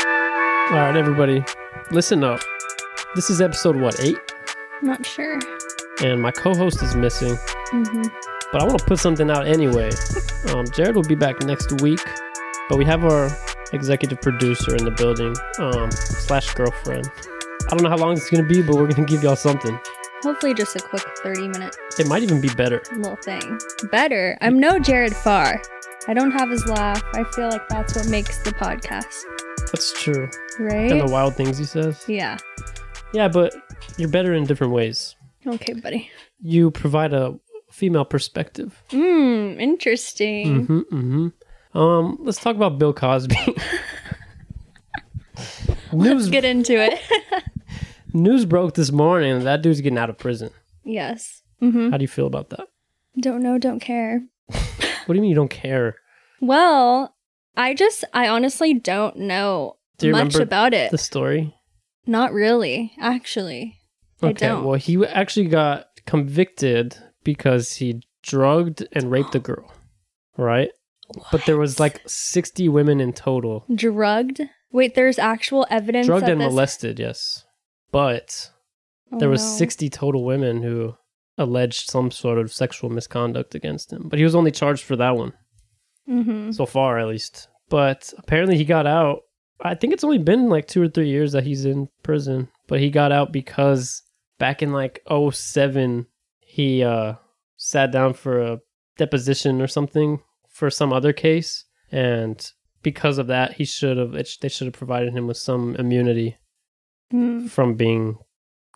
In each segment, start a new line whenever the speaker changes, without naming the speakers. All right, everybody, listen up. This is episode what eight,
Not sure.
and my co-host is missing,
hmm
but I want to put something out anyway. Um, Jared will be back next week, but we have our executive producer in the building um, slash girlfriend. I don't know how long it's gonna be, but we're gonna give y'all something.
Hopefully, just a quick 30 minute
It might even be better.
little thing. Better. I'm no Jared Farr. I don't have his laugh. I feel like that's what makes the podcast,
That's true. And
right?
the wild things he says.
Yeah.
Yeah, but you're better in different ways.
Okay, buddy.
You provide a female perspective.
Mmm, interesting.
hmm hmm Um, let's talk about Bill Cosby. news
Let's get into it.
news broke this morning. That dude's getting out of prison.
yes. hmm
How do you feel about that?
Don't know, don't care.
What do you mean you don't care?
Well, I just, I honestly don't know
Do you
much
remember
about it.
The story.
Not really, actually. I don't.
Well, he actually got convicted because he drugged and raped a girl, right? But there was like sixty women in total
Drugged? Wait, there's actual evidence
drugged
that
and
this-
molested yes but
Oh,
there was
no.
60 total women who alleged some sort of sexual misconduct against him but he was only charged for that one
Mhm.
so far at least but apparently he got out i think it's only been like two or three years that he's in prison but he got out because back in like 07 he uh sat down for a deposition or something for some other case and because of that he should have it, they should have provided him with some immunity
Mm,
from being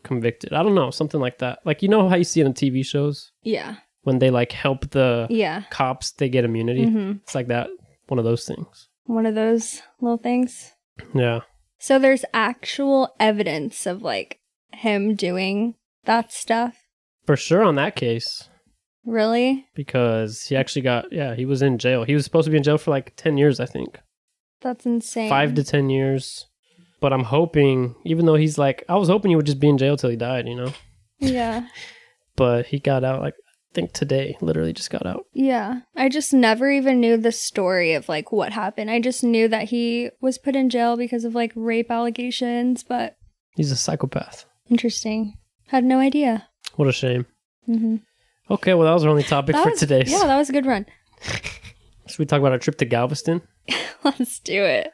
convicted. I don't know, something like that. Like you know how you see it on TV shows
Yeah.
when they like help the
Yeah.
cops, they get immunity.
hmm
It's like that, one of those things.
One of those little things.
Yeah,
So there's actual evidence of like him doing that stuff.
for sure on that case
Really?
because he actually got yeah he was in jail. He was supposed to be in jail for like ten years, I think,
That's insane.
five to ten years. But I'm hoping, even though he's like, I was hoping he would just be in jail till he died, you know.
Yeah.
But he got out like I think today, literally just got out.
Yeah. I just never even knew the story of like what happened. I just knew that he was put in jail because of like rape allegations, but
He's a psychopath.
interesting. Had no idea.
What a shame.
Mm-hmm.
Okay, well that was our only topic for
was,
today.
Yeah, that was a good run.
Should we talk about our trip to Galveston?
Let's do it.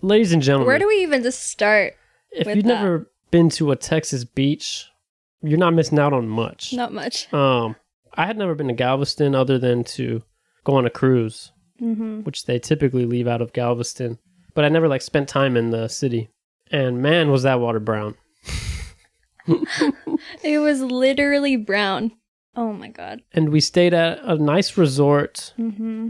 Ladies and gentlemen,
Where do we even just start?
if
with
you've
that?
never been to a Texas beach, you're not missing out on much.
Not much.
Um, I had never been to Galveston other than to go on a cruise,
Mm-hmm.
which they typically leave out of Galveston, but I never like spent time in the city. And man, was that water brown.
It was literally brown. Oh my god.
And we stayed at a nice resort,
Mm-hmm.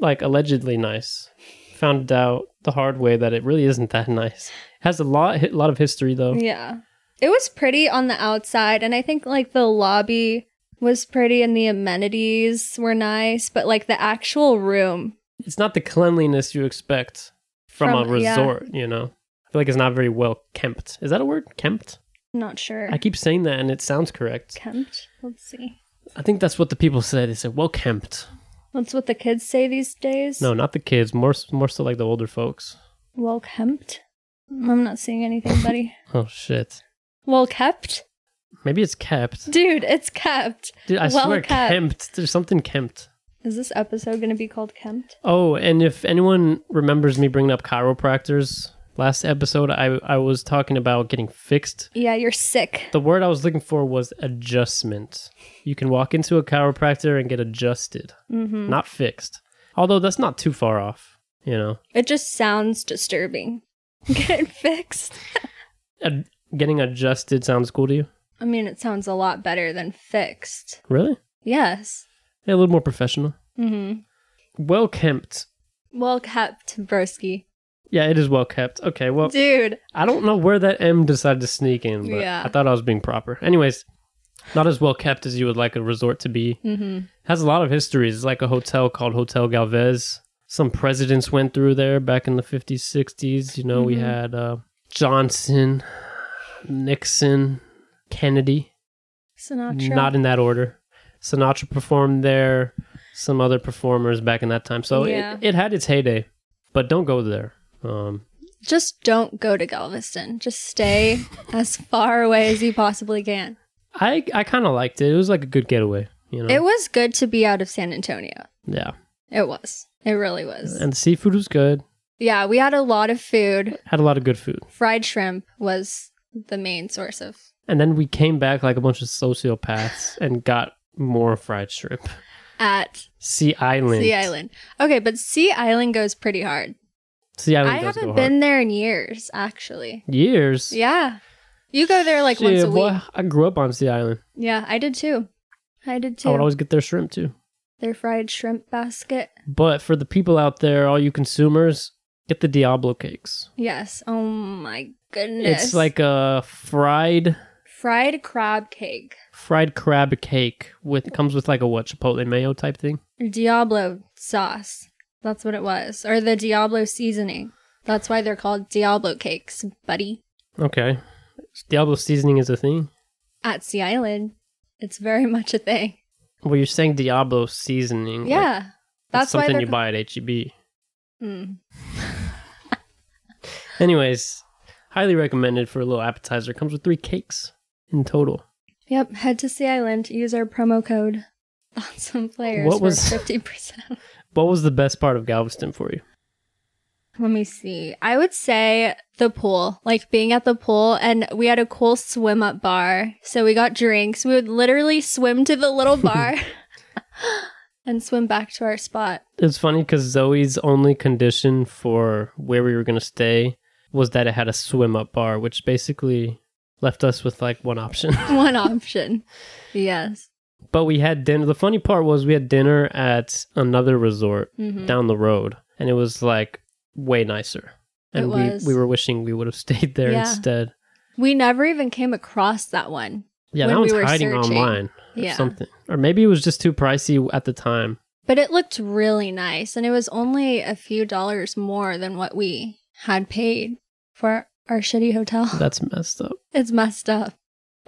like allegedly nice. Found out the hard way that it really isn't that nice. has a lot, a lot of history though.
Yeah. It was pretty on the outside, and I think like the lobby was pretty and the amenities were nice, but like the actual room.
it's not the cleanliness you expect from, a
From- yeah.
resort, you know. I feel like it's not very well kempt. Is that a word? Kempt?
Not sure.
I keep saying that and it sounds correct.
Kempt? Let's see.
I think that's what the people say. They say, well kempt.
That's what the kids say these days.
No, not the kids, more more so like the older folks.
Well kempt? I'm not seeing anything, buddy.
Oh shit.
well kept?
Maybe it's kept.
Dude, it's kept.
Dude, I
Well
swear
kept.
kempt. There's something kempt.
Is this episode going to be called kempt?
Oh, and if anyone remembers me bringing up chiropractors last episode, I I was talking about getting fixed
Yeah, you're sick.
The word I was looking for was adjustment. You can walk into a chiropractor and get adjusted,
Mm-hmm.
not fixed. Although that's not too far off, you know.
It just sounds disturbing. Get fixed.
Ad- getting adjusted sounds cool to you?
I mean, it sounds a lot better than fixed.
Really?
Yes.
Yeah, a little more professional.
Mm-hmm.
Well kept.
Well kept, broski.
Yeah, it is well kept. Okay, well,
Dude.
I don't know where that M decided to sneak in, but
Yeah.
I thought I was being proper. Anyways, not as well kept as you would like a resort to be.
Mm-hmm.
has a lot of histories. It's like a hotel called Hotel Galvez. Some presidents went through there back in the 50s, 60s. You know, we
Mhm.
had uh, Johnson, Nixon, Kennedy.
Sinatra.
Not in that order. Sinatra performed there, some other performers back in that time. So
Yeah.
it, it had its heyday, but don't go there. Um,
Just don't go to Galveston. Just stay as far away as you possibly can.
I I kind of liked it. It was like a good getaway, you know.
It was good to be out of San Antonio.
yeah,
It was. It really was.
and the seafood was good.
Yeah, we had a lot of food.
Had a lot of good food,
Fried shrimp was the main source of.
and then we came back like a bunch of sociopaths and got more fried shrimp.
At
Sea Island.
Sea Island. Okay, but Sea Island goes pretty hard.
Sea Island.
I
does
haven't
go
been there in years, actually.
hard. years.
Yeah. You go there like once
Shit,
a
boy,
week.
I grew up on Sea Island.
Yeah, I did too. I
Oh,
did
I
too.
would always get their shrimp too.
Their fried shrimp basket.
But for the people out there, all you consumers, get the Diablo cakes.
Yes. Oh my goodness.
It's like a fried
fried crab cake.
fried crab cake with comes with like a what chipotle mayo type thing.
Diablo sauce. That's what it was. Or the Diablo seasoning. That's why they're called Diablo cakes, buddy.
Okay, Diablo seasoning is a thing.
At Sea Island, it's very much a thing.
Well, you're saying Diablo seasoning. like,
Yeah.
that's
That's why
something
they're
you buy at E HEB.
ca- Mm.
Anyways, highly recommended for a little appetizer. Comes with three cakes in total.
Yep, head to Sea Island, use our promo code on some players
What
for
was-
50%.
What was the best part of Galveston for you?
Let me see. I would say the pool, like being at the pool, and we had a cool swim up bar. So we got drinks. We would literally swim to the little bar and swim back to our spot.
It's funny because Zoe's only condition for where we were going to stay was that it had a swim up bar, which basically left us with like one option.
One option. Yes.
but we had dinner. The funny part was we had dinner at another resort
hmm
down the road, and it was like way nicer. And
It
we,
was.
we were wishing we would have stayed there
Yeah.
instead.
We never even came across that one.
Yeah,
When
that
we
one's
were
hiding
searching.
online or
Yeah.
something. Or maybe it was just too pricey at the time.
But it looked really nice. And it was only a few dollars more than what we had paid for our shitty hotel.
That's messed up.
It's messed up.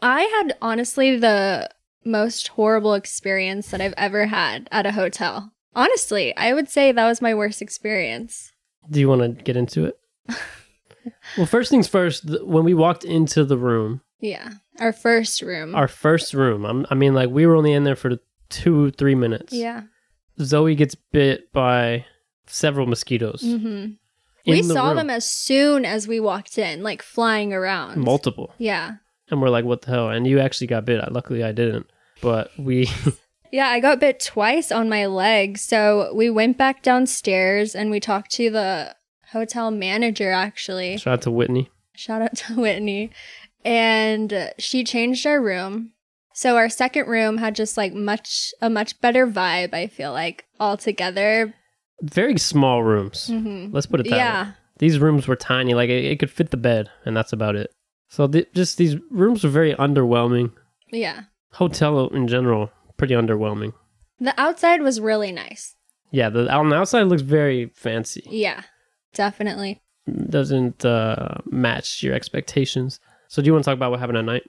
I had honestly the most horrible experience that I've ever had at a hotel. Honestly, I would say that was my worst experience.
Do you want to get into it? well, first things first, th- when we walked into the room,
Yeah. Our first room.
our first room, I'm, I mean, like, we were only in there for two, three minutes.
yeah.
Zoe gets bit by several mosquitoes.
hmm
in
We
the
saw
room.
them as soon as we walked in, like flying around.
multiple.
yeah.
And we're like, what the hell? And you actually got bit. I- Luckily, I didn't. But we,
Yeah, I got bit twice on my leg. So we went back downstairs and we talked to the hotel manager actually.
shout out to Whitney.
Shout out to Whitney. And uh, she changed our room. So our second room had just like much a much better vibe, I feel like, all together.
Very small rooms.
hmm
Let's put it that way.
Yeah.
These rooms were tiny. Like, it, it could fit the bed, and that's about it. So, th- just these rooms were very underwhelming.
Yeah.
Hotel in general, pretty underwhelming.
The outside was really nice.
Yeah, the on the outside looks very fancy.
Yeah. Definitely.
Doesn't uh, match your expectations. So, do you want to talk about what happened at night?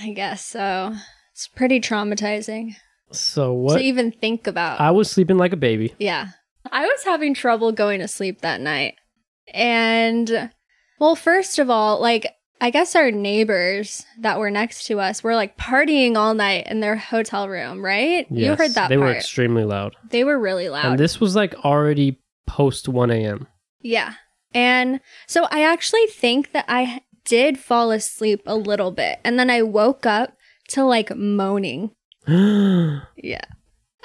I guess so. It's pretty traumatizing
So, what?
to even think about.
I was sleeping like a baby.
Yeah. I was having trouble going to sleep that night. And, well, first of all, like, I guess our neighbors that were next to us were like partying all night in their hotel room, right? you
Yes,
heard that
They
part.
were extremely loud.
they were really
And
loud.
this was like already post 1 a.m.
yeah. And so I actually think that I did fall asleep a little bit. And then I woke up to like moaning. Yeah.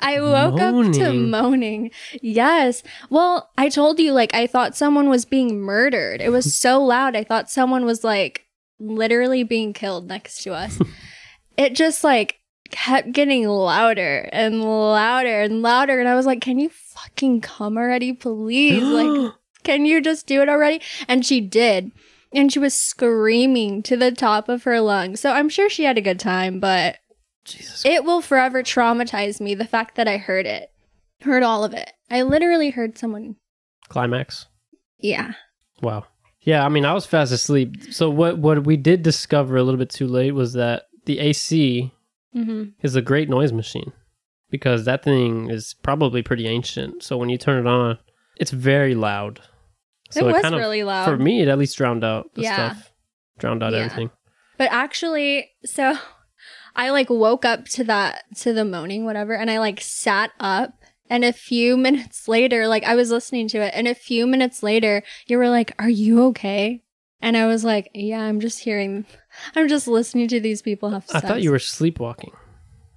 I woke up to
Moaning.
moaning. Yes. Well, I told you, like, I thought someone was being murdered. It was so loud. I thought someone was, like, literally being killed next to us. it just, like, kept getting louder and louder and louder. And I was like, can you fucking come already, please? Like, can you just do it already? And she did. And she was screaming to the top of her lungs. So I'm sure she had a good time, but
Jesus.
it will forever traumatize me the fact that I heard it. Heard all of it. I literally heard someone.
Climax.
Yeah.
Wow. Yeah, I mean, I was fast asleep. So what what we did discover a little bit too late was that the AC
Mm-hmm.
is a great noise machine because that thing is probably pretty ancient. So when you turn it on, it's very loud. So
it
it
was
kind of-
really loud.
For me, it at least drowned out the
Yeah.
stuff. Drowned out
Yeah.
everything.
But actually, so I like woke up to that, to the moaning, whatever, and I like sat up. And a few minutes later, like I was listening to it, and a few minutes later, you were like, Are you okay? And I was like, Yeah, I'm just hearing, I'm just listening to these people have
I
sex.
thought you were sleepwalking.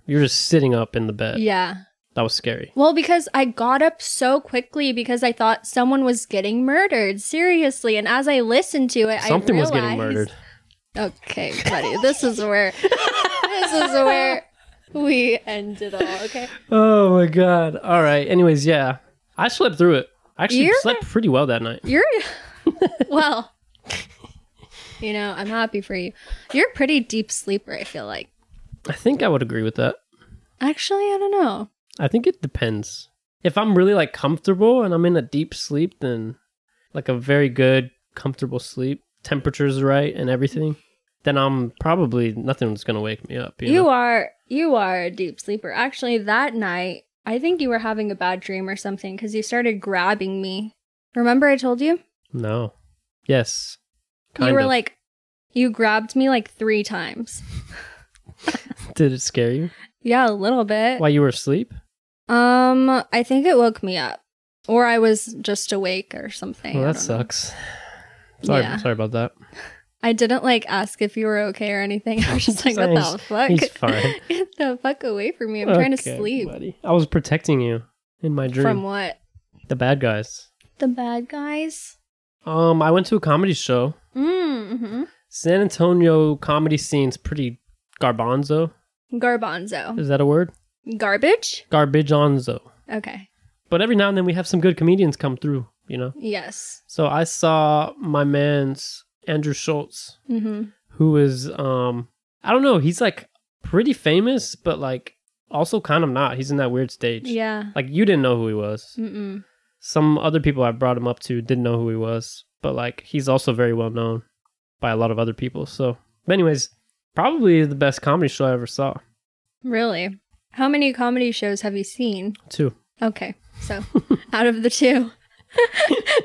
You were just sitting up in the bed.
Yeah.
That was scary.
Well, because I got up so quickly because I thought someone was getting murdered. Seriously. And as I listened to it,
Something
I
was getting
realized,
murdered.
Okay, buddy, this is where this is where we end it all. Okay.
Oh my god. All right. Anyways, yeah. I slept through it. I actually
You're-
slept pretty well that night.
You're well. You know, I'm happy for you. You're a pretty deep sleeper, I feel like.
I think I would agree with that.
Actually, I don't know.
I think it depends. If I'm really like comfortable and I'm in a deep sleep, then like a very good comfortable sleep, temperature's right and everything, then I'm probably nothing's gonna wake me up. You,
You
know?
are you are a deep sleeper. Actually, that night, I think you were having a bad dream or something because you started grabbing me. Remember I told you?
no. Yes.
you
Kind
were
of.
like you grabbed me like 3 times.
Did it scare you
Yeah, a little bit.
while you were asleep?
Um, I think it woke me up, or I was just awake or something.
Well,
I
that
don't know.
sucks. Sorry,
Yeah.
sorry about that.
I didn't like ask if you were okay or anything. I was just like, what the
Thanks.
fuck?
He's fine.
Get the fuck away from me! I'm trying to
Okay,
sleep.
buddy. I was protecting you in my dream.
From what?
the bad guys.
The bad guys.
Um, I went to a comedy show.
Mm-hmm.
San Antonio comedy scene's pretty garbanzo.
Garbanzo.
Is that a word?
Garbage.
Garbage onzo.
Okay.
But every now and then we have some good comedians come through, you know?
Yes.
So I saw my man's Andrew Schultz,
Mm-hmm.
who is, um, I don't know, he's like pretty famous, but like also kind of not. He's in that weird stage.
Yeah.
Like you didn't know who he was.
Mm-mm.
Some other people I brought him up to didn't know who he was, but like he's also very well known by a lot of other people. So, but anyways, probably the best comedy show I ever saw,
Really. How many comedy shows have you seen?
too.
Okay, so out of the two,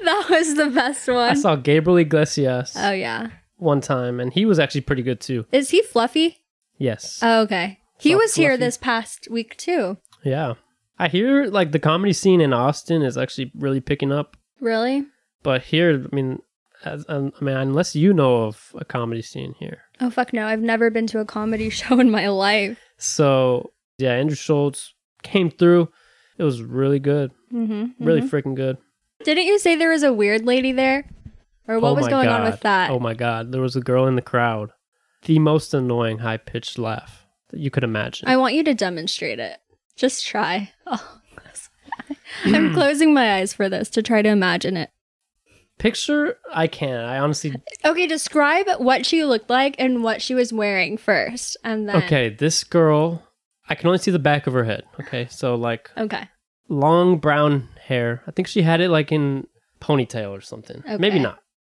that was the best
I
one.
saw Gabriel Iglesias
Oh yeah.
one time, and he was actually pretty good too.
Is he fluffy?
Yes.
Oh, okay. He
Soft
was here
fluffy.
this past week too.
yeah. I hear like the comedy scene in Austin is actually really picking up,
Really?
but here, I mean, as, um, I mean, unless you know of a comedy scene here,
Oh fuck no, I've never been to a comedy show in my life.
so yeah, Andrew Schultz came through. It was really good,
Mm-hmm.
really freaking good.
Didn't you say there was a weird lady there? Or what
Oh
was
my
going on
God.
with that?
Oh my god, there was a girl in the crowd, the most annoying high pitched laugh that you could imagine.
I want you to demonstrate it. Just try. Oh. I'm closing my eyes for this to try to imagine it.
Picture, I can't. I honestly
Okay, describe what she looked like and what she was wearing first, and then
Okay, this girl, I can only see the back of her head. Okay, so like
okay,
long brown hair. I think she had it like in ponytail or something. Maybe
Okay.
not.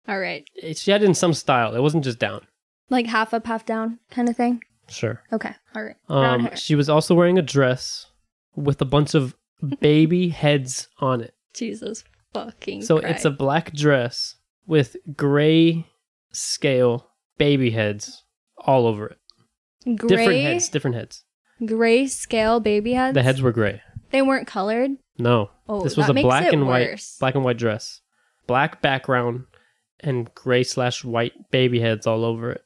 all right,
Eh, She had it in some style. It wasn't just down.
like half up, half down, kind of thing.
Sure.
Okay, all right, brown
Um,
hair.
she was also wearing a dress with a bunch of baby heads on it.
Jesus fucking.
So it's a black dress with gray scale baby heads all over it.
a gray,
Different heads, different heads.
gray scale baby heads.
The heads were gray.
they weren't colored.
No.
Oh,
this was
that
a
makes
black
it
and
worse.
white black and white dress. Black background and gray slash white baby heads all over it.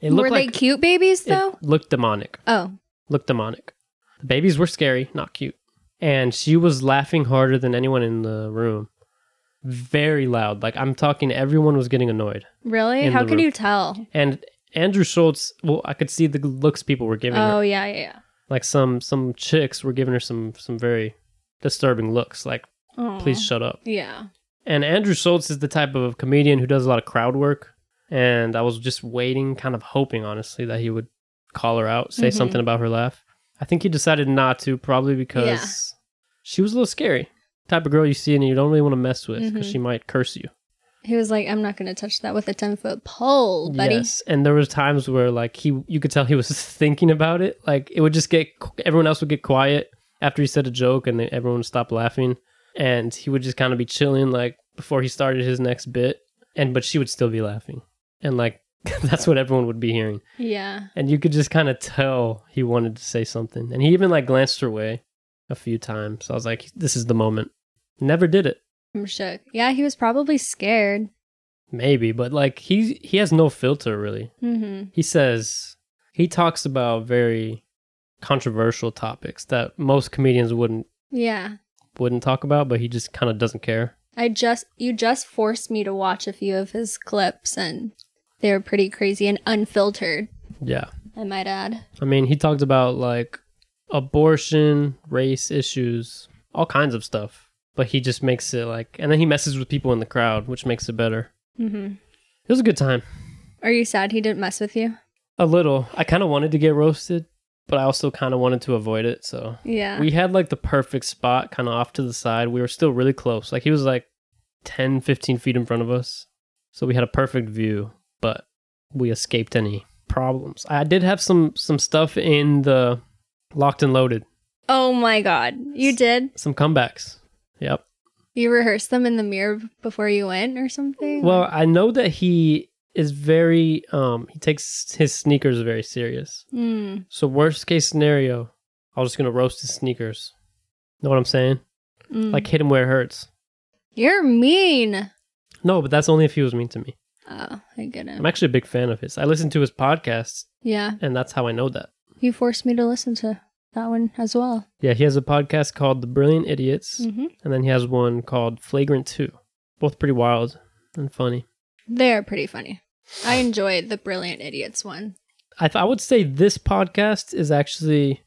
It
Were
looked
they
like
cute babies
it
though?
looked demonic.
oh,
Looked demonic. The babies were scary, not cute. And she was laughing harder than anyone in the room. Very loud. Like I'm talking everyone was getting annoyed.
really?
In
How
the
can
room.
you tell?
And Andrew Schultz, well, I could see the looks people were giving her.
Oh yeah, yeah, yeah.
Like some some chicks were giving her some some very disturbing looks like
Oh,
please shut up.
Yeah.
And Andrew Schultz is the type of comedian who does a lot of crowd work. And I was just waiting, kind of hoping, honestly, that he would call her out, say
Mhm.
something about her laugh. I think he decided not to, probably because
Yeah.
she was a little scary. Type of girl you see and you don't really want to mess with because
Mhm.
she might curse you.
He was like, "I'm not gonna touch that with a ten foot pole, buddy."
Yes. And there was times where like he, you could tell he was thinking about it. Like it would just get everyone else would get quiet after he said a joke, and then everyone would stop laughing, and he would just kind of be chilling, like before he started his next bit, and but she would still be laughing, and like that's what everyone would be hearing,
Yeah.
and you could just kind of tell he wanted to say something, and he even like glanced her way a few times. I was like, this is the moment. Never did it,
I'm shook. Yeah, he was probably scared.
maybe, but like he he has no filter really.
hmm
he says he talks about very controversial topics that most comedians wouldn't
Yeah.
wouldn't talk about but he just kind of doesn't care
I just you just forced me to watch a few of his clips and they were pretty crazy and unfiltered,
yeah
I might add.
i mean he talked about like abortion race issues all kinds of stuff but he just makes it like and then he messes with people in the crowd which makes it better
hmm
it was a good time
Are you sad he didn't mess with you?
a little i kind of wanted to get roasted but i also kind of wanted to avoid it so
Yeah.
we had like the perfect spot kind of off to the side we were still really close like he was like 10 15 feet in front of us so we had a perfect view but we escaped any problems i did have some some stuff in the locked and loaded
oh my god. You did?
some comebacks yep
You rehearsed them in the mirror b- before you went or something?
well i know that he is very um he takes his sneakers very serious
Hmm.
so worst case scenario i was just gonna roast his sneakers know what i'm saying
Mm.
like hit him where it hurts
You're mean.
no but that's only if he was mean to me
Oh, I get it.
I'm actually a big fan of his. I listen to his podcasts,
yeah.
and that's how I know that.
You forced me to listen to that one as well.
Yeah, he has a podcast called The Brilliant Idiots,
Mm-hmm.
and then he has one called Flagrant 2. Both pretty wild and funny.
They are pretty funny. I enjoyed the Brilliant Idiots one.
I, th- I would say this podcast is actually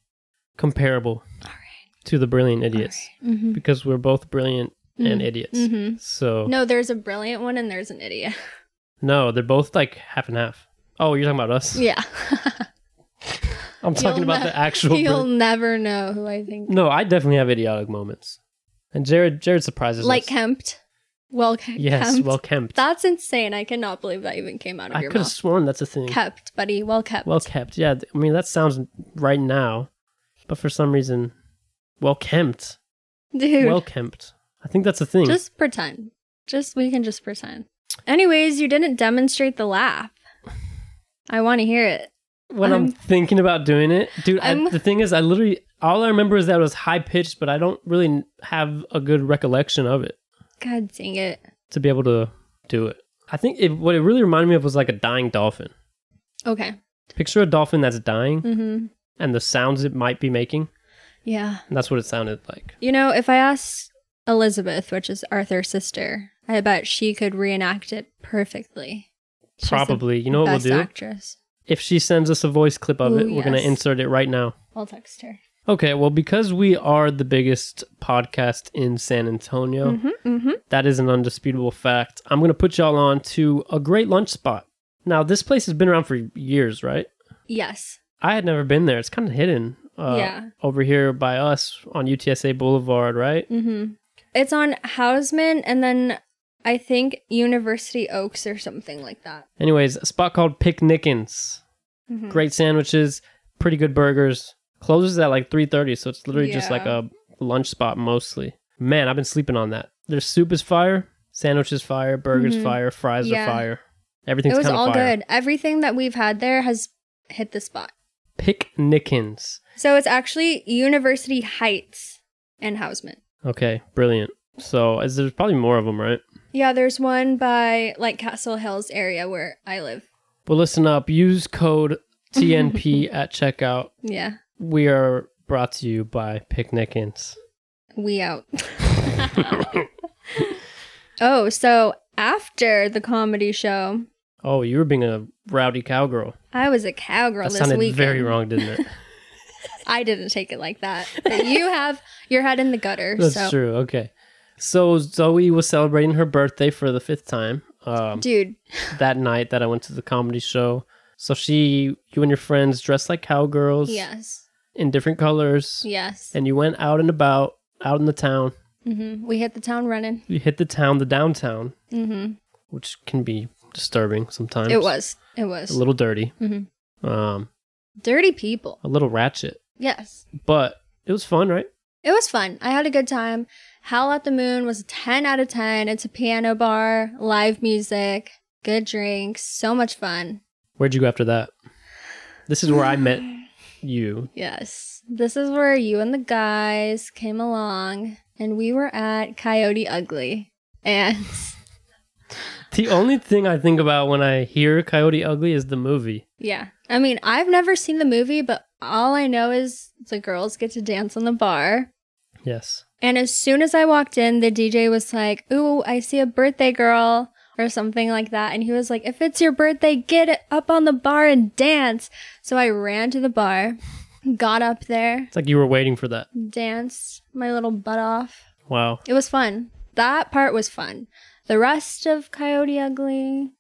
comparable
All right.
to The Brilliant Idiots
Mm-hmm.
because we're both brilliant and idiots.
Mm-hmm.
So, no.
No, there's a brilliant one and there's an idiot.
they're both like half and half. Oh, you're talking about us?
Yeah.
I'm talking
You'll
about
ne-
the actual.
You'll
Brilliant-
never know who I think.
no, I definitely have idiotic moments. And Jared Jared surprises
Like
us.
Kempt. Well, ke-
Yes,
Kempt.
well kempt.
That's insane. I cannot believe that even came out of
I
your
could have
mouth.
sworn that's a thing.
Kept, buddy. Well kept.
Well kept. Yeah, th- I mean that sounds right now, but for some reason, well kempt.
Dude.
Well kempt. I think that's a thing.
Just pretend. Just we can just pretend. Anyways, you didn't demonstrate the laugh. I want to hear it.
when I'm,
I'm-
thinking about doing it, dude. I,
I'm-
the thing is, I literally all I remember is that it was high pitched, but I don't really n- have a good recollection of it
God dang it.
to be able to do it. I think it, what it really reminded me of was like a dying dolphin.
Okay.
Picture a dolphin that's dying
Mm-hmm.
and the sounds it might be making,
Yeah.
and that's what it sounded like.
You know, if I asked Elizabeth, which is Arthur's sister, I bet she could reenact it perfectly. She's the
Probably. You know what we'll
best
do?
Actress.
If she sends us a voice clip of
Ooh,
it, we're gonna
yes.
insert it right now.
I'll text her.
Okay, well, because we are the biggest podcast in San Antonio,
Mm-hmm, mm-hmm.
that is an undisputable fact. I'm going to put y'all on to a great lunch spot. Now, this place has been around for years, right?
Yes.
I had never been there. It's kind of hidden uh,
Yeah.
over here by us on UTSA Boulevard, right?
Mm-hmm. It's on Hausman and then I think University Oaks or something like that.
Anyways, a spot called Picnickins.
Mhm.
Great sandwiches, pretty good burgers. Closes at like 3.30, so it's literally just
Yeah.
like a lunch spot mostly. Man, I've been sleeping on that. Their soup is fire, sandwiches fire, burgers
Mhm.
fire, fries
Yeah.
are fire.
It
Everything's
was
kind of
all
fire.
good. Everything that we've had there has hit the spot.
Picnickins.
So it's actually University Heights and Hausman.
Okay, brilliant. So is, there's probably more of them, right?
Yeah, there's one by like Castle Hills area where I live.
Well, listen up. Use code TNP at checkout.
Yeah,
We are brought to you by Picnickins.
we out. oh, so after the comedy show,
Oh, you were being a rowdy cowgirl.
I was a cowgirl
that
this
sounded
weekend.
very wrong, didn't it?
I didn't take it like that. But you have your head in the gutter.
That's
so,
true. Okay. So Zoe was celebrating her birthday for the fifth time um,
dude,
that night that I went to the comedy show. So she, you and your friends dressed like cowgirls
yes,
in different colors,
yes.
and you went out and about, out in the town.
hmm We hit the town running.
You hit the town, the downtown,
hmm
which can be disturbing sometimes.
It was. It
a
was.
little dirty,
Mhm.
um,
Dirty people.
a little ratchet,
Yes.
but it was fun, right?
It was fun. I had a good time. Howl at the Moon was a 10 out of 10. It's a piano bar, live music, good drinks, so much fun.
Where'd you go after that? This is where I met you.
Yes. This is where you and the guys came along, and we were at Coyote Ugly. And
The only thing I think about when I hear Coyote Ugly is the movie.
yeah, I mean, I've never seen the movie, but all I know is the girls get to dance on the bar.
Yes.
And as soon as I walked in, the DJ was like, Ooh, I see a birthday girl or something like that. And he was like, If it's your birthday, get up on the bar and dance. So I ran to the bar, got up there,
It's like you were waiting for that.
danced my little butt off.
Wow.
It was fun. That part was fun. The rest of Coyote Ugly,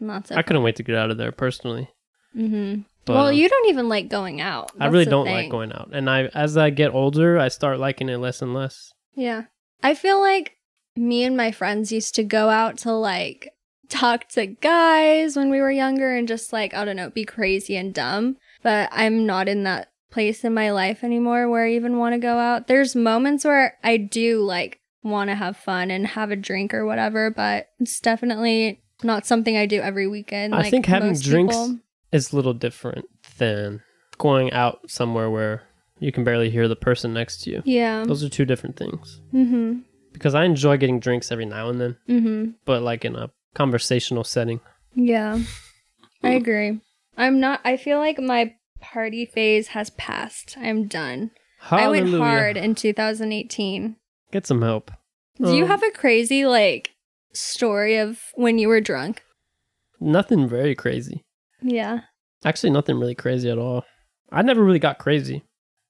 not so
I couldn't wait to get out of there personally.
Mm-hmm.
But,
well,
um,
you don't even like going out.
I
That's
really
the
don't
thing.
like going out. And I as I get older, I start liking it less and less.
Yeah. I feel like me and my friends used to go out to like talk to guys when we were younger and just like, I don't know, be crazy and dumb. But I'm not in that place in my life anymore where I even want to go out. There's moments where I do like want to have fun and have a drink or whatever, but it's definitely not something I do every weekend.
I
like
think having
most
drinks
people.
It's a little different than going out somewhere where you can barely hear the person next to you.
Yeah.
Those are two different things.
Mm
Because I enjoy getting drinks every now and then,
hmm. Mm hmm.
but like in a conversational setting.
Yeah. I agree. I'm not I feel like my party phase has passed. I'm done.
Hallelujah.
I went hard in 2018.
Get some help.
Do you
Um,
have a crazy like story of when you were drunk?
Nothing very crazy.
Yeah.
Actually, nothing really crazy at all. I never really got crazy.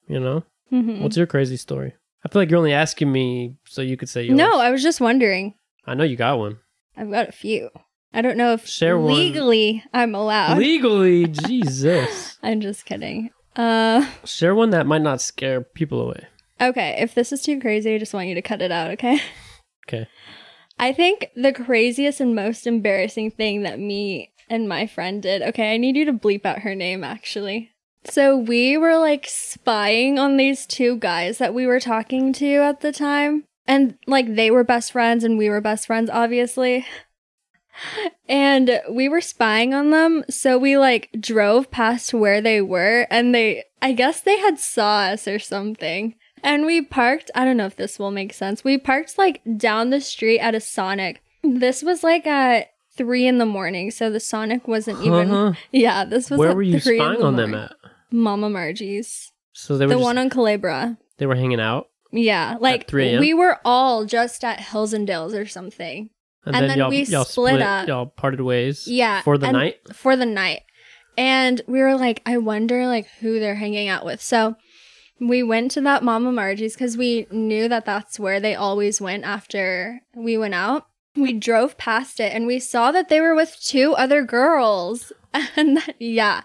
You know?
Mhm.
What's your crazy story? I feel like you're only asking me so you could say yours.
No, I was just wondering.
I know you got one.
I've got a few. I don't know if
Share one.
legally I'm allowed.
Legally, Jesus.
I'm just kidding. Uh
Share one that might not scare people away.
Okay, if this is too crazy, I just want you to cut it out, okay?
Okay.
I think the craziest and most embarrassing thing that me and my friend did. Okay, I need you to bleep out her name actually. So we were like spying on these two guys that we were talking to at the time. And like they were best friends and we were best friends obviously. And we were spying on them, so we like drove past where they were and they I guess they had saw us or something. And we parked, I don't know if this will make sense. We parked like down the street at a Sonic. This was like at three in the morning, so the Sonic wasn't even
Huh?
Yeah, this
Uh-huh.
was
Where
at
were you
three in
spying
the
on them
morning.
at?
Mama Margie's.
So they were
the
just,
one on Calabria.
they were hanging out,
Yeah, like
3 a.m.?
we were all just at Hills and Dales or something.
and,
And
then,
then
y'all,
we
y'all
split up.
Y'all parted ways.
Yeah,
For the
and-
night.
for the night. And we were like, I wonder like who they're hanging out with. So we went to that Mama Margie's because we knew that that's where they always went after we went out. We drove past it and we saw that they were with two other girls. And then, yeah.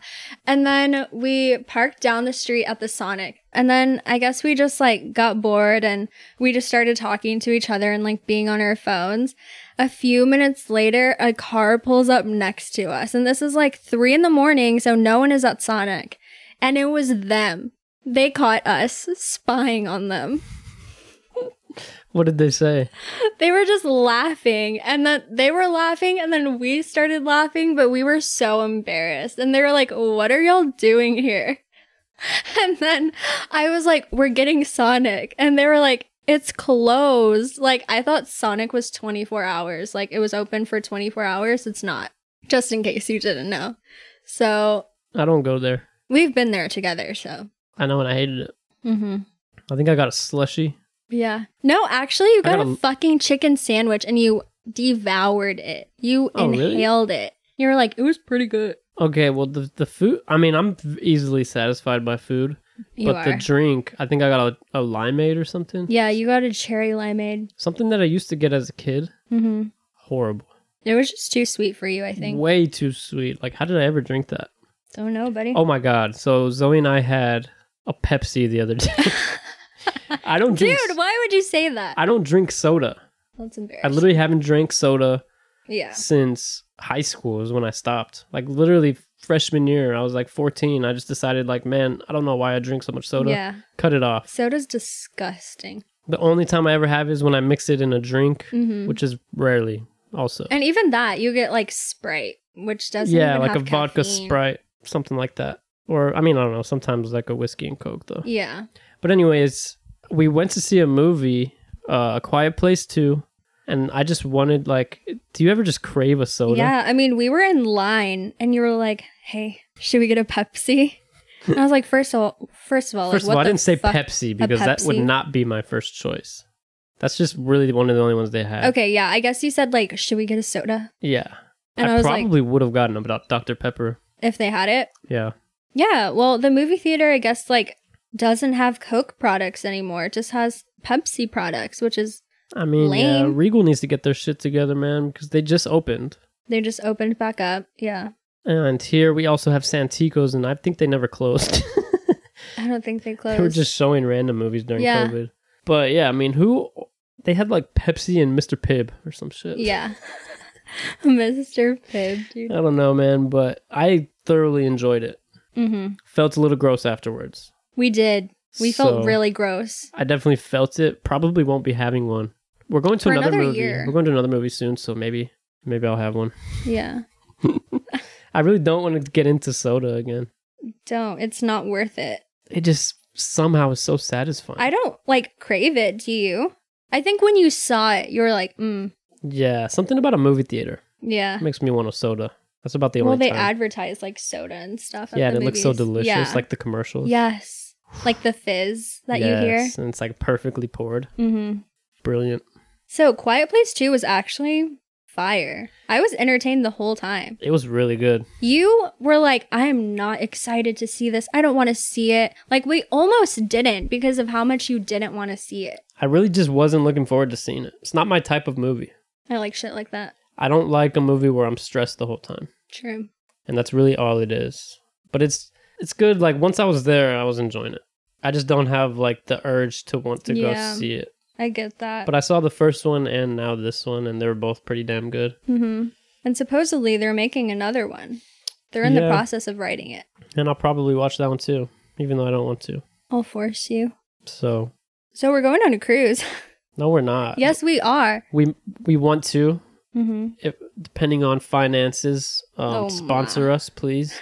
And then we parked down the street at the Sonic. And then I guess we just like got bored and we just started talking to each other and like being on our phones. A few minutes later, a car pulls up next to us. And this is like three in the morning, so no one is at Sonic. And it was them. They caught us spying on them.
What did they say?
They were just laughing, and then they were laughing, and then we started laughing, but we were so embarrassed. And they were like, What are y'all doing here? And then I was like, We're getting Sonic. And they were like, It's closed. Like, I thought Sonic was 24 hours. Like, it was open for 24 hours. It's not, just in case you didn't know. So,
I don't go there.
we've been there together. So,
I know, and I hated it.
mm-hmm.
I think I got a slushy.
Yeah. No, actually, you
I
got
got
a,
a-
fucking chicken sandwich and you devoured it. You
Oh, really?
inhaled it. You were like, it was pretty good.
Okay, well the the food. I mean, I'm easily satisfied by food,
You
but
are.
the drink. I think I got a, a limeade or something.
yeah, you got a cherry limeade.
Something that I used to get as a kid.
Mm-hmm.
Horrible.
It was just too sweet for you, I think.
Way too sweet. Like, how did I ever drink that?
Don't know, buddy.
Oh my god. So Zoe and I had a Pepsi the other day. I don't
Dude,
drink.
why would you say that?
I don't drink soda.
That's
I
embarrassing.
literally haven't drank soda
yeah.
since high school is when I stopped. Like literally freshman year, I was like 14. I just decided like, man, I don't know why I drink so much soda.
Yeah.
Cut it off.
Soda's disgusting.
The only time I ever have is when I mix it in a drink,
hmm
which is rarely. Also,
and even that, you get like Sprite, which doesn't
yeah,
even
like a
have
vodka
caffeine.
Sprite, something like that. Or I mean, I don't know. Sometimes like a whiskey and Coke though.
Yeah.
But anyways, we went to see a movie, uh, A Quiet Place Two, and I just wanted like, do you ever just crave a soda?
Yeah, I mean, we were in line, and you were like, "Hey, should we get a Pepsi?" And I was like, first of all, first of all,
First
like,
of all, I
what the
didn't say
fuck?
Pepsi because that would
Pepsi?
not be my first choice. That's just really one of the only ones they had.
Okay, yeah, I guess you said like, "Should we get a soda?"
Yeah.
And
I,
I was like-
probably would have gotten about Dr. Pepper.
If they had it,
Yeah.
yeah. Well, the movie theater, I guess, like doesn't have Coke products anymore. It just has Pepsi products, which is
I mean, yeah,
Lame.
Regal needs to get their shit together, man, because they just opened.
they just opened back up. Yeah,
And here we also have Santico's, and I think they never closed.
I don't think they closed.
they were just showing random movies during
Yeah.
COVID. But yeah, I mean, who? They had like Pepsi and Mr. Pibb or some shit.
yeah, Mr. Pibb, dude.
I don't know, man, but I thoroughly enjoyed it.
hmm
Felt a little gross afterwards.
We did. We
So-
felt really gross.
I definitely felt it. Probably won't be having one. We're going to
For
another,
another
movie.
year.
We're going to another movie soon, so maybe maybe I'll have one.
Yeah.
I really don't want to get into soda again.
Don't. It's not worth it.
It just somehow is so satisfying.
I don't like crave it, do you? I think when you saw it, you were like, mm,
yeah, something about a movie theater
yeah.
makes me want a soda. That's about the
well,
only
they
time.
advertise like soda and stuff. at
yeah, and
the
it looks so
movies.
delicious,
Yeah.
like the commercials.
yes, like the fizz that you hear.
Yes, and it's like perfectly poured.
hmm
Brilliant.
So, Quiet Place Two was actually fire. I was entertained the whole time.
It was really good.
You were like, I am not excited to see this. I don't want to see it. Like we almost didn't because of how much you didn't want to see it.
I really just wasn't looking forward to seeing it. It's not my type of movie.
I like shit like that.
I don't like a movie where I'm stressed the whole time.
True.
and that's really all it is. But it's it's good. Like once I was there, I was enjoying it. I just don't have like the urge to want to
Yeah.
go see it.
I get that.
But I saw the first one and now this one, and they were both pretty damn good.
Mm-hmm. And supposedly they're making another one. They're in the
Yeah.
process of writing it.
And I'll probably watch that one too, even though I don't want to.
I'll force you.
So
So we're going on a cruise.
no, we're not.
yes, we are.
we we want to.
Mm-hmm.
If, depending on finances, um,
Oh,
sponsor us, please.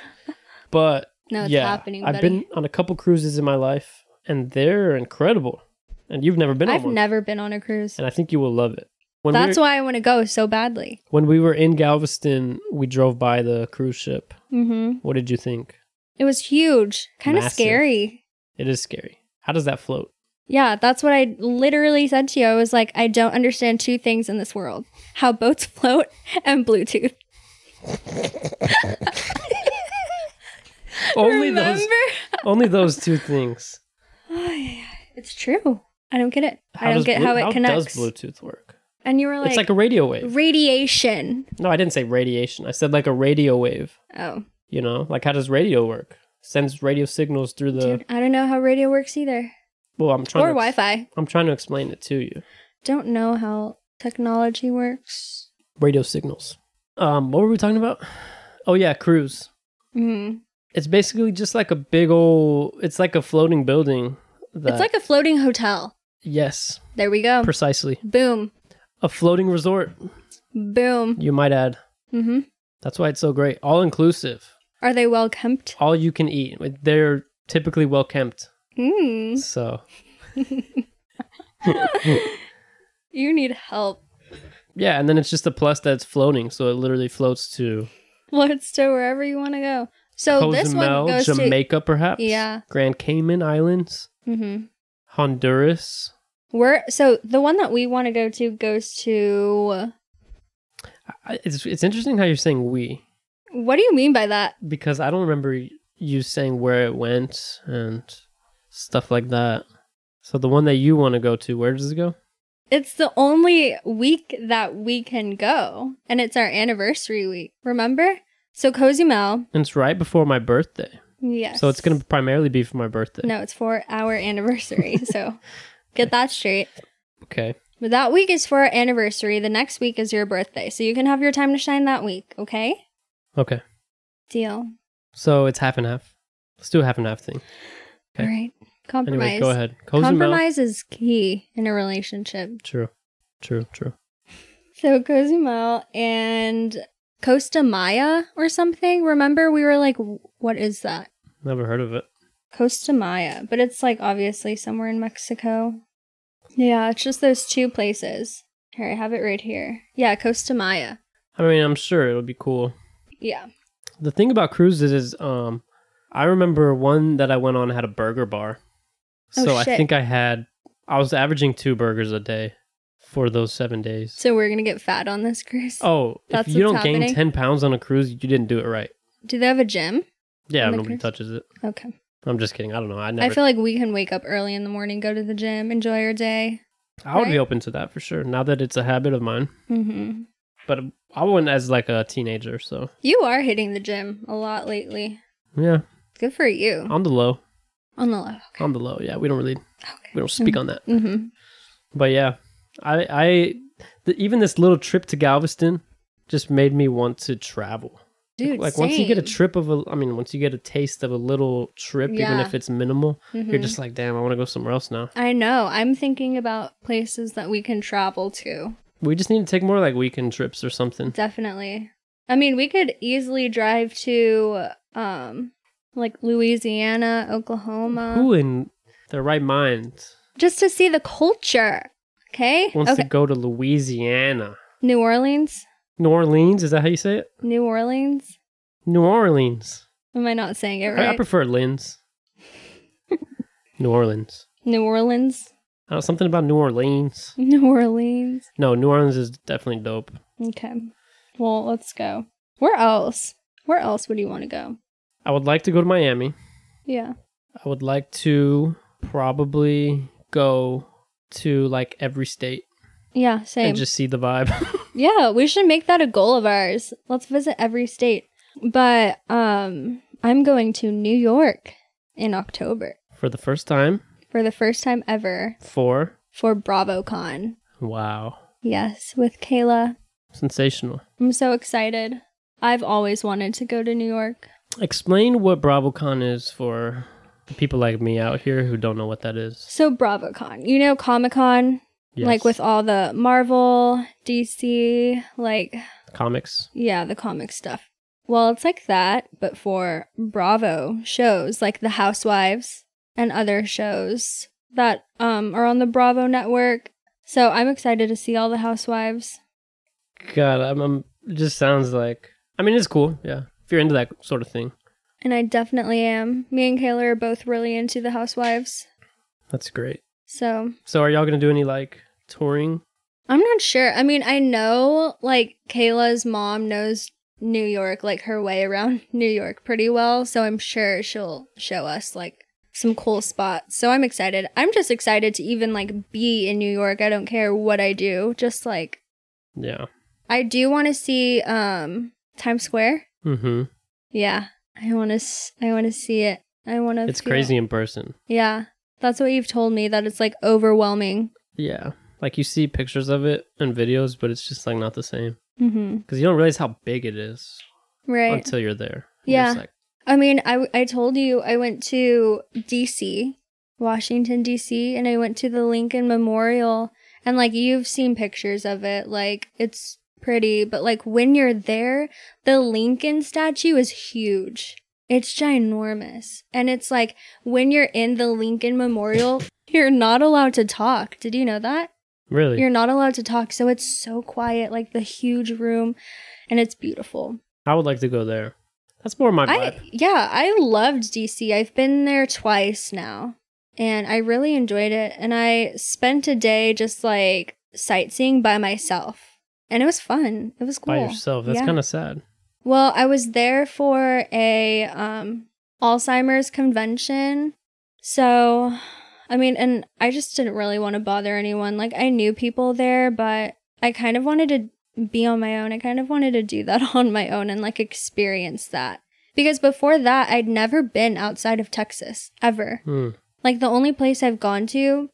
But
No, it's
yeah,
happening, buddy.
I've been on a couple cruises in my life, and they're incredible. And you've never been
I've
on one,
never been on a cruise.
and I think you will love it. When we were-
That's why I want to go so badly.
When we were in Galveston, we drove by the cruise ship.
Mm-hmm.
What did you think?
It was huge, kind of
Massive.
scary.
It is scary. How does that float?
Yeah, that's what I literally said to you. I was like, I don't understand two things in this world how boats float and Bluetooth.
Only
Remember?
those only those two things.
It's true. I don't get it. I don't
does
get
Blu-
how it connects.
does Bluetooth work?
And you were like,
it's like a radio wave.
radiation.
No, I didn't say radiation. I said like a radio wave.
Oh,
You know, like how does radio work? Sends radio signals through the.
dude, I don't know how radio works either,
well, I'm trying.
or
to, ex-
Wi-Fi.
I'm trying to explain it to you.
Don't know how technology works.
Radio signals. Um, what were we talking about? Oh yeah, cruise.
Mm.
It's basically just like a big old. It's like a floating building. That,
It's like Um, a floating hotel.
yes,
There we go.
Precisely.
boom,
A floating resort,
boom.
you might add.
hmm
That's why it's so great. All inclusive,
Are they well kempt?
all you can eat. They're typically well kept.
Mm.
So,
You need help.
yeah. And then it's just a plus that's floating. So it literally floats to
Let's go wherever you want to go. So this one
Cozumel,
goes to
Jamaica, perhaps.
Yeah.
Grand Cayman Islands,
Mhm.
Honduras.
We're so the one that we want to go to goes to.
I, it's, it's interesting how you're saying we,
What do you mean by that?
because I don't remember you saying where it went and stuff like that. So the one that you want to go to, where does it go?
It's the only week that we can go, and it's our anniversary week. Remember? So Cozumel,
And it's right before my birthday.
yes.
So it's going to primarily be for my birthday.
No, it's for our anniversary. so get that straight.
Okay.
But that week is for our anniversary. The next week is your birthday, so you can have your time to shine that week. Okay?
Okay.
Deal.
So it's half and half. Let's do a half and half thing. Okay.
All right. Compromise.
Anyway, go ahead. Close your mouth.
Compromise is key in a relationship.
True. True. True.
So Cozumel and Costa Maya or something. Remember, we were like, "What is that?"
Never heard of it.
Costa Maya, but it's like obviously somewhere in Mexico. Yeah, it's just those two places. Here, I have it right here. Yeah, Costa Maya.
I mean, I'm sure it'll be cool.
Yeah.
The thing about cruises is, um, I remember one that I went on had a burger bar,
Oh,
so I
shit.
think I had I was averaging two burgers a day for those seven days.
So we're gonna get fat on this cruise.
oh, if
that's
you don't
what's
gain
happening?
ten pounds on a cruise, you didn't do it right.
Do they have a gym?
Yeah,
On the
nobody
cruise?
touches it.
Okay.
I'm just kidding. I don't know. I never.
I feel like we can wake up early in the morning, go to the gym, enjoy our day.
I would be
right?
open to that for sure. Now that it's a habit of mine,
hmm
but I went as like a teenager, so
You are hitting the gym a lot lately.
yeah,
Good for you.
on the low,
On the low. Okay.
on the low. Yeah, we don't really we don't speak on that.
Mm-hmm.
But yeah, I I th- even this little trip to Galveston just made me want to travel.
Dude,
like once you get a
same.
trip of a, I mean, once you get a taste of a little trip, even
Yeah.
if it's minimal, you're
Mhm.
just like, damn, I want to go somewhere else now.
I know. I'm thinking about places that we can travel to.
We just need to take more like weekend trips or something.
Definitely. I mean, we could easily drive to um like Louisiana, Oklahoma,
Who in their right mind
just to see the culture. Okay?
wants
okay.
to go to Louisiana,
New Orleans?
New Orleans? Is that how you say it?
New Orleans?
New Orleans.
Am I not saying it
I-
right?
I, prefer Lins. New Orleans.
New Orleans.
I don't know, something about New Orleans.
New Orleans.
No, New Orleans is definitely dope.
Okay. Well, let's go. Where else? Where else would you want to go?
I would like to go to Miami.
Yeah.
I would like to probably go to like every state
Yeah, same.
and just see the vibe.
Yeah, we should make that a goal of ours. Let's visit every state. But um I'm going to New York in October
For the first time,
for the first time ever
four.
for BravoCon.
Wow.
Yes, with Kayla.
Sensational.
I'm so excited. I've always wanted to go to New York.
Explain what BravoCon is for people like me out here who don't know what that is.
So BravoCon, you know Comic-Con,
Yes.
like with all the Marvel, DC, like
comics.
Yeah, the comic stuff. Well, it's like that, but for Bravo shows like The Housewives and other shows that um, are on the Bravo network. So I'm excited to see all the Housewives.
God, I'm, I'm it just sounds like I mean it's cool, yeah. If you're into that sort of thing.
And I definitely am. Me and Kayla are both really into The Housewives.
That's great.
So
So are y'all gonna do any like touring?
I'm not sure. I mean, I know like Kayla's mom knows New York, like her way around New York pretty well. So I'm sure she'll show us like some cool spots. So I'm excited. I'm just excited to even like be in New York. I don't care what I do. Just like
Yeah.
I do want to see um Times Square.
Mm-hmm.
Yeah. I want to s- I want to see it. I want to
It's crazy in person.
Yeah. That's what you've told me that it's like overwhelming.
Yeah. Like you see pictures of it and videos, but it's just like not the same.
Mhm.
Because you don't realize how big it is
Right.
until you're there.
Yeah.
It's like,
I mean, I, I told you I went to DC, Washington, DC, and I went to the Lincoln Memorial. And like, you've seen pictures of it. Like, it's pretty, but like, when you're there, the Lincoln statue is huge. It's ginormous. And it's like, when you're in the Lincoln Memorial, you're not allowed to talk. Did you know that?
really?
You're not allowed to talk. So it's so quiet, like the huge room, and it's beautiful.
I would like to go there. That's more my vibe.
I yeah, I loved DC. I've been there twice now, and I really enjoyed it. And I spent a day just like sightseeing by myself, and it was fun. It was cool.
By yourself. That's
Yeah.
kind of sad.
Well, I was there for a um, Alzheimer's convention. So, I mean, and I just didn't really want to bother anyone. Like, I knew people there, but I kind of wanted to be on my own. I kind of wanted to do that on my own and like experience that. Because before that, I'd never been outside of Texas ever.
Hmm.
Like the only place I've gone to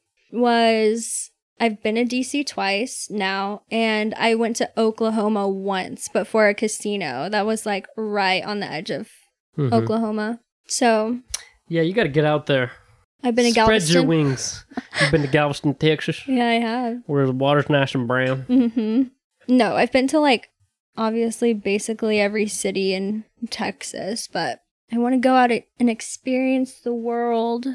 was I've been to DC twice now, and I went to Oklahoma once, but for a casino that was like right on the edge of
Mhm.
Oklahoma. So
Yeah, you got to get out there.
I've been to
Spread your
Galveston.
wings. You've been to Galveston, Texas,
Yeah, I have.
where the water's nice and brown.
hmm No, I've been to like obviously basically every city in Texas, but I want to go out and experience the world.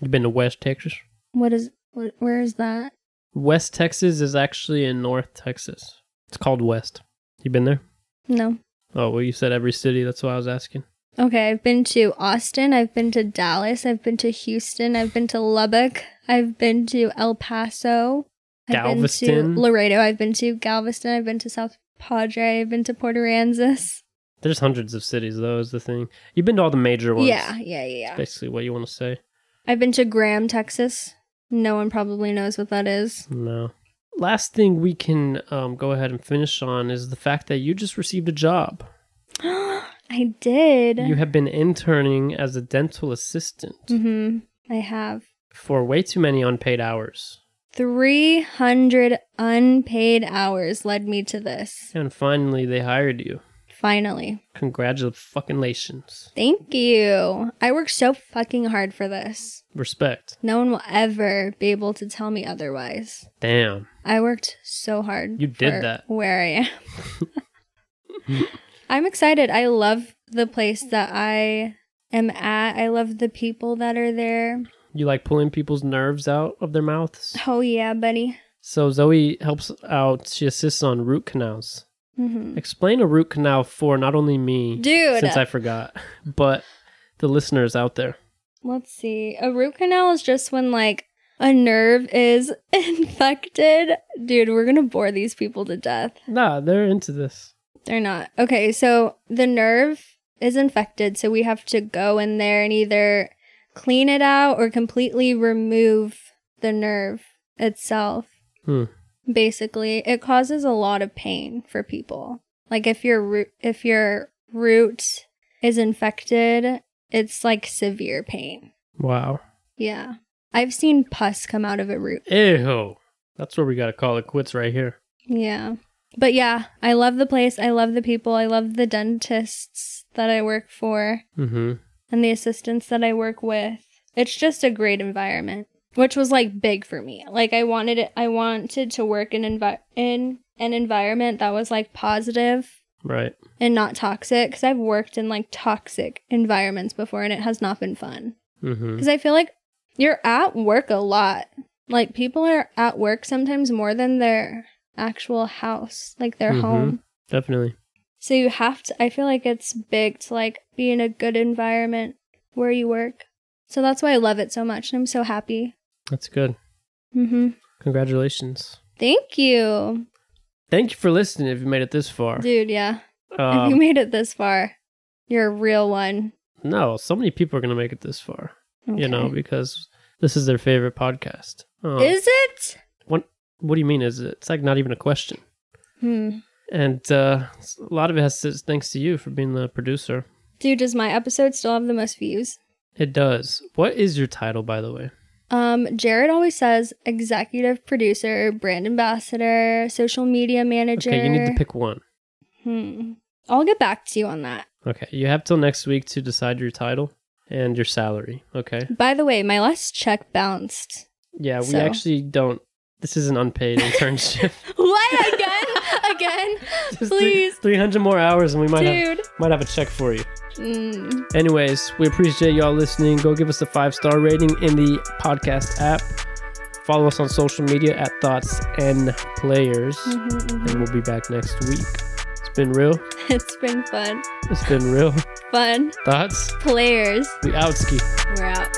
You've been to West Texas.
What is wh- where is that?
West Texas is actually in North Texas. It's called West. You been there?
No.
Oh, well, you said every city. That's why I was asking.
Okay, I've been to Austin, I've been to Dallas, I've been to Houston, I've been to Lubbock, I've been to El Paso, I've been
Galveston.
to Laredo, I've been to Galveston, I've been to South Padre, I've been to Port Aransas.
There's hundreds of cities, though, is the thing. You've been to all the major ones.
Yeah, yeah, yeah. yeah.
Basically, what you want to say.
I've been to Graham, Texas. No one probably knows what that is.
No. Last thing we can um, go ahead and finish on is the fact that you just received a job.
I did.
You have been interning as a dental assistant
hmm I have
for way too many unpaid hours.
300 unpaid hours led me to this.
And finally, they hired you.
Finally.
Congratulations.
Thank you. I worked so fucking hard for this.
Respect.
No one will ever be able to tell me otherwise.
Damn.
I worked so hard.
You did
for
that.
Where I am. I'm excited. I love the place that I am at. I love the people that are there.
You like pulling people's nerves out of their mouths?
Oh, yeah, buddy.
So Zoe helps out. She assists on root canals.
hmm
Explain a root canal for not only me,
Dude.
since I forgot, but the listeners out there.
Let's see. A root canal is just when like a nerve is infected. Dude, we're going to bore these people to death.
Nah, they're into this.
They're not. Okay, so the nerve is infected, so we have to go in there and either clean it out or completely remove the nerve itself.
Hmm.
Basically, it causes a lot of pain for people. Like if your root if your root is infected, it's like severe pain.
Wow.
Yeah. I've seen pus come out of a root.
Ew. That's where we gotta call it quits right here.
Yeah. But yeah, I love the place. I love the people. I love the dentists that I work for
Mm-hmm.
and the assistants that I work with. It's just a great environment, which was like big for me. Like I wanted it I wanted to work in envi- in an environment that was like positive
Right.
and not toxic cuz I've worked in like toxic environments before and it has not been fun.
Mm-hmm.
Because I feel like you're at work a lot. Like people are at work sometimes more than their actual house, like their
Mhm.
home.
Definitely.
So you have to. I feel like it's big to like be in a good environment where you work. So that's why I love it so much, and I'm so happy.
That's good.
Mm-hmm.
Congratulations.
Thank you,
Thank you for listening. If you made it this far,
dude. Yeah, if you
um,
made it this far, you're a real one.
no, so many people are gonna make it this far. You know,
Okay.
because this is their favorite podcast. Um,
is it?
What do you mean? Is it? It's like not even a question.
Hmm.
And uh, a lot of it has to, thanks to you for being the producer.
Dude, does my episode still have the most views?
It does. What is your title, by the way?
Um, Jared always says executive producer, brand ambassador, social media manager.
Okay, you need to pick one.
Hmm. I'll get back to you on that.
Okay, you have till next week to decide your title and your salary. Okay.
By the way, my last check bounced.
Yeah, we
So-
actually don't. This is an unpaid internship.
What again? again?
Just
Please.
three hundred more hours, and we might have,
Dude.
might have a check for you.
Mm.
Anyways, we appreciate y'all listening. Go give us a five star rating in the podcast app. Follow us on social media at Thoughts and Players.
Mhm, mhm.
And we'll be back next week. It's been real.
It's been fun.
It's been real.
Fun.
Thoughts?
Players.
We outski.
We're out.